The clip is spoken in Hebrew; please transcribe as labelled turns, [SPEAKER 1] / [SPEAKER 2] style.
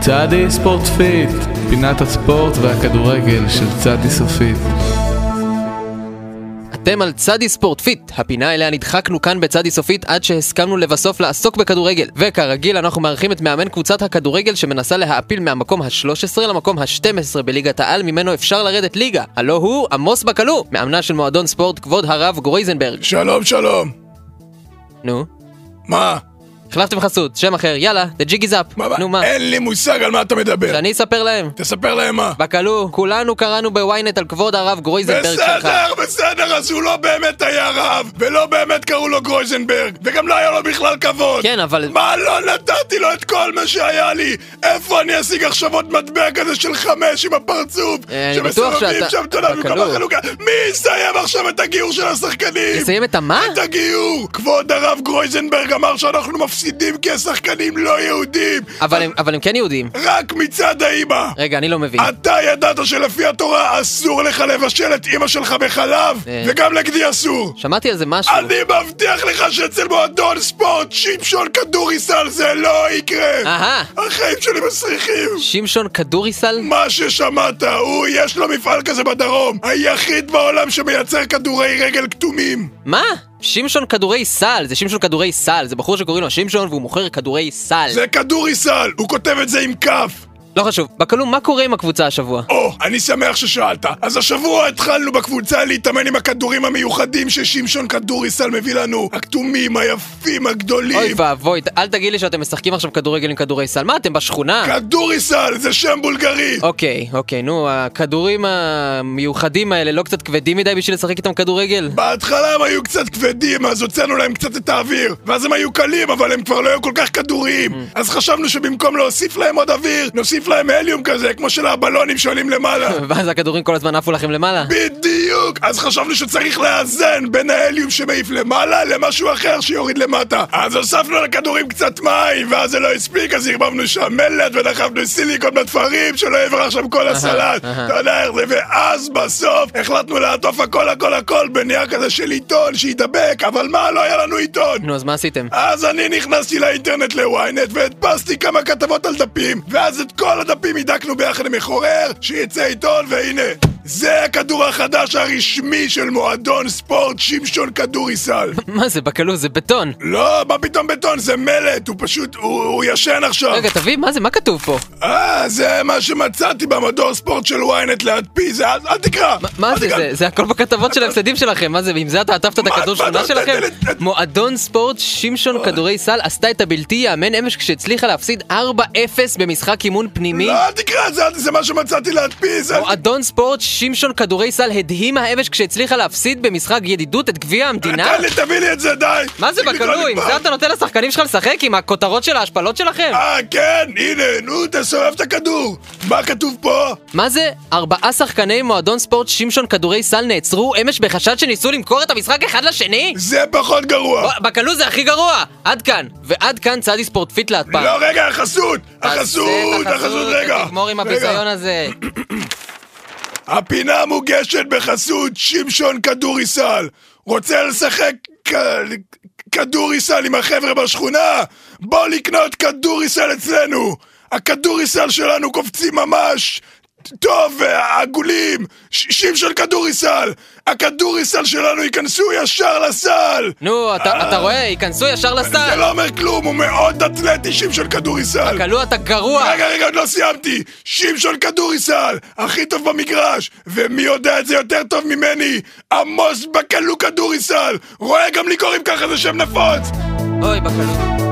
[SPEAKER 1] צעדי ספורט פיט, פינת הספורט והכדורגל של צעדי סופית.
[SPEAKER 2] אתם על צדי ספורט פיט, הפינה אליה נדחקנו כאן בצדי סופית עד שהסכמנו לבסוף לעסוק בכדורגל. וכרגיל אנחנו מארחים את מאמן קבוצת הכדורגל שמנסה להעפיל מהמקום ה-13 למקום ה-12 בליגת העל ממנו אפשר לרדת ליגה. הלו הוא עמוס בקלו, מאמנה של מועדון ספורט כבוד הרב גרויזנברג.
[SPEAKER 3] שלום שלום,
[SPEAKER 2] נו,
[SPEAKER 3] מה?
[SPEAKER 2] החלפתם חסות, שם אחר, יאללה, the jig is up.
[SPEAKER 3] מה, מה?
[SPEAKER 2] נו מה,
[SPEAKER 3] אין לי מושג על מה אתה מדבר.
[SPEAKER 2] שאני אספר להם.
[SPEAKER 3] תספר להם מה.
[SPEAKER 2] בקלו, כולנו קראנו בוויינט על כבוד הרב גרויזנברג שלך.
[SPEAKER 3] בסדר, בסדר, אז הוא לא באמת היה רב, ולא באמת קראו לו גרויזנברג, וגם לא היה לו בכלל כבוד.
[SPEAKER 2] כן, אבל...
[SPEAKER 3] מה, לא נתתי לו את כל מה שהיה לי? איפה אני אשיג עכשיו עוד מטבע כזה של חמש עם הפרצוף?
[SPEAKER 2] אה, אני בטוח
[SPEAKER 3] שמסובבים
[SPEAKER 2] שאתה-
[SPEAKER 3] שם, אתה יודע, במקום
[SPEAKER 2] בקלות.
[SPEAKER 3] החלוקה. מי יסיים עכשיו את הגיור של השחקנים?
[SPEAKER 2] יסיים את המה?
[SPEAKER 3] את הגיור! כבוד הרב גרויזנברג אמר שאנחנו מפסידים כי השחקנים לא יהודים!
[SPEAKER 2] אבל הם- אבל הם כן יהודים.
[SPEAKER 3] רק מצד האימא!
[SPEAKER 2] רגע, אני לא מבין.
[SPEAKER 3] אתה ידעת שלפי התורה אסור לך לבשל את אימא שלך בחלב,
[SPEAKER 2] אה.
[SPEAKER 3] וגם נגדי אסור.
[SPEAKER 2] שמעתי על זה משהו.
[SPEAKER 3] אני מבטיח לך שאצל מועדון ספורט שמשון כדוריסל זה לא יקרה!
[SPEAKER 2] אהה,
[SPEAKER 3] החיים שלי מסריחים!
[SPEAKER 2] שמשון כדוריסל?
[SPEAKER 3] מה ששמעת, הוא יש לו מפעל כזה בדרום, היחיד בעולם שמייצר כדורי רגל כתומים.
[SPEAKER 2] מה? שמשון כדורי סל, זה שמשון כדורי סל, זה בחור שקוראים לו שמשון והוא מוכר כדורי סל.
[SPEAKER 3] זה כדוריסל, הוא כותב את זה עם כף.
[SPEAKER 2] לא חשוב, בכלום מה קורה עם הקבוצה השבוע?
[SPEAKER 3] או, אני שמח ששאלת. אז השבוע התחלנו בקבוצה להתאמן עם הכדורים המיוחדים ששמשון כדוריסל מביא לנו. הכתומים, היפים,
[SPEAKER 2] אוי
[SPEAKER 3] הגדולים.
[SPEAKER 2] ואבוי, ת- אל תגיד לי שאתם משחקים עכשיו כדורגל עם כדורי סל, מה אתם בשכונה?
[SPEAKER 3] כדוריסל, זה שם בולגרי.
[SPEAKER 2] אוקיי, אוקיי, נו, הכדורים המיוחדים האלה לא קצת כבדים מדי בשביל לשחק איתם כדורגל?
[SPEAKER 3] בהתחלה הם היו קצת כבדים, אז הוצאנו להם קצת את האוויר. ואז הם היו קלים, אבל הם כבר לא היו כל כך כדוריים. אז חשבנו שבמקום להוסיף להם עוד אוויר, נוסיף להם הליום כזה, כמו של הבלונים שעולים למעלה.
[SPEAKER 2] ואז הכדורים כל הזמן עפו לכם למעלה?
[SPEAKER 3] בדיוק! אז חשבנו שצריך לאזן בין ההליום שמעיף למעלה למשהו אחר שיוריד למטה. אז הוספנו לכדורים קצת מים, ואז זה לא הספיק, אז ערבבנו שם מלט ודחפנו סיליקון בתפרים, שלא יברח שם כל הסלט.
[SPEAKER 2] אהה.
[SPEAKER 3] אתה יודע איך זה, ואז בסוף החלטנו לעטוף הכל הכל הכל בנייר כזה של עיתון שידבק, אבל מה, לא היה לנו עיתון!
[SPEAKER 2] נו, אז מה עשיתם?
[SPEAKER 3] אז אני נכנסתי לאינטרנט ל-ynet והדפסתי כמה כתבות על דפים ואז את כל הדפים הידקנו ביחד עם מחורר שיצא עיתון והנה זה הכדור החדש הרשמי של מועדון ספורט שמשון כדוריסל
[SPEAKER 2] מה זה, בקלו, זה בטון.
[SPEAKER 3] לא, מה פתאום בטון? זה מלט, הוא פשוט, הוא, הוא ישן עכשיו
[SPEAKER 2] רגע, תביא, מה זה, מה כתוב פה?
[SPEAKER 3] אה, זה מה שמצאתי במדור ספורט של ynet להדפיס, אל, אל תקרא
[SPEAKER 2] מה
[SPEAKER 3] אל
[SPEAKER 2] זה,
[SPEAKER 3] תקרא.
[SPEAKER 2] זה, זה הכל בכתבות של ההפסדים שלכם, מה זה, עם זה אתה עטפת את
[SPEAKER 3] מה-
[SPEAKER 2] הכדור
[SPEAKER 3] מה אתה
[SPEAKER 2] שכונה
[SPEAKER 3] נותן
[SPEAKER 2] שלכם?
[SPEAKER 3] לי לת-
[SPEAKER 2] מועדון ספורט שמשון כדורי סל עשתה את הבלתי ייאמן אמש כשהצליחה להפסיד 4-0 במשחק אימון פנימי.
[SPEAKER 3] לא, אל תקרא, זה, זה מה שמצאתי להדפיס אל-
[SPEAKER 2] מועדון ספורט שמשון כדורי סל הדהימה האמש כשהצליחה להפסיד במשחק ידידות את גביע המדינה?
[SPEAKER 3] תן לי, תביא לי את זה, די
[SPEAKER 2] מה זה
[SPEAKER 3] תגיד, לא
[SPEAKER 2] בקלוי? עם
[SPEAKER 3] נגמר.
[SPEAKER 2] זה אתה נותן לשחקנים שלך לשחק? עם הכותרות של ההשפלות שלכם?
[SPEAKER 3] אה, כן, הנה, נו, תסובב את הכדור. מה כתוב פה?
[SPEAKER 2] מה זה? ארבעה שחקני מועדון ספורט שמשון כדורי סל נעצרו אמש בחשד שניסו למכור את המשחק אחד לשני?
[SPEAKER 3] זה פחות גרוע.
[SPEAKER 2] בוא, בקלוז זה הכי גרוע! עד כאן! ועד כאן צעדי ספורט פיט להטפם.
[SPEAKER 3] לא, רגע, החסות!
[SPEAKER 2] תעשה
[SPEAKER 3] החסות,
[SPEAKER 2] את
[SPEAKER 3] החסות, רגע.
[SPEAKER 2] תגמור עם
[SPEAKER 3] רגע.
[SPEAKER 2] הביזיון הזה.
[SPEAKER 3] הפינה מוגשת בחסות שמשון כדוריסל. רוצה לשחק כ- כדוריסל עם החבר'ה בשכונה? בוא לקנות כדוריסל אצלנו. הכדוריסל שלנו קופצים ממש. טוב, עגולים, ש- שמשון כדוריסל, הכדוריסל שלנו ייכנסו ישר לסל!
[SPEAKER 2] נו, אתה אתה רואה? ייכנסו ישר
[SPEAKER 3] זה
[SPEAKER 2] לסל.
[SPEAKER 3] לא אומר כלום, הוא מאוד אתלטי שמשון כדוריסל.
[SPEAKER 2] כלוא, אתה גרוע.
[SPEAKER 3] רגע, רגע, עוד לא סיימתי! שמשון כדוריסל, הכי טוב במגרש! ומי יודע את זה יותר טוב ממני? עמוס בקלו כדוריסל! רואה גם לי קוראים ככה, זה שם נפוץ!
[SPEAKER 2] אוי, בקלוז.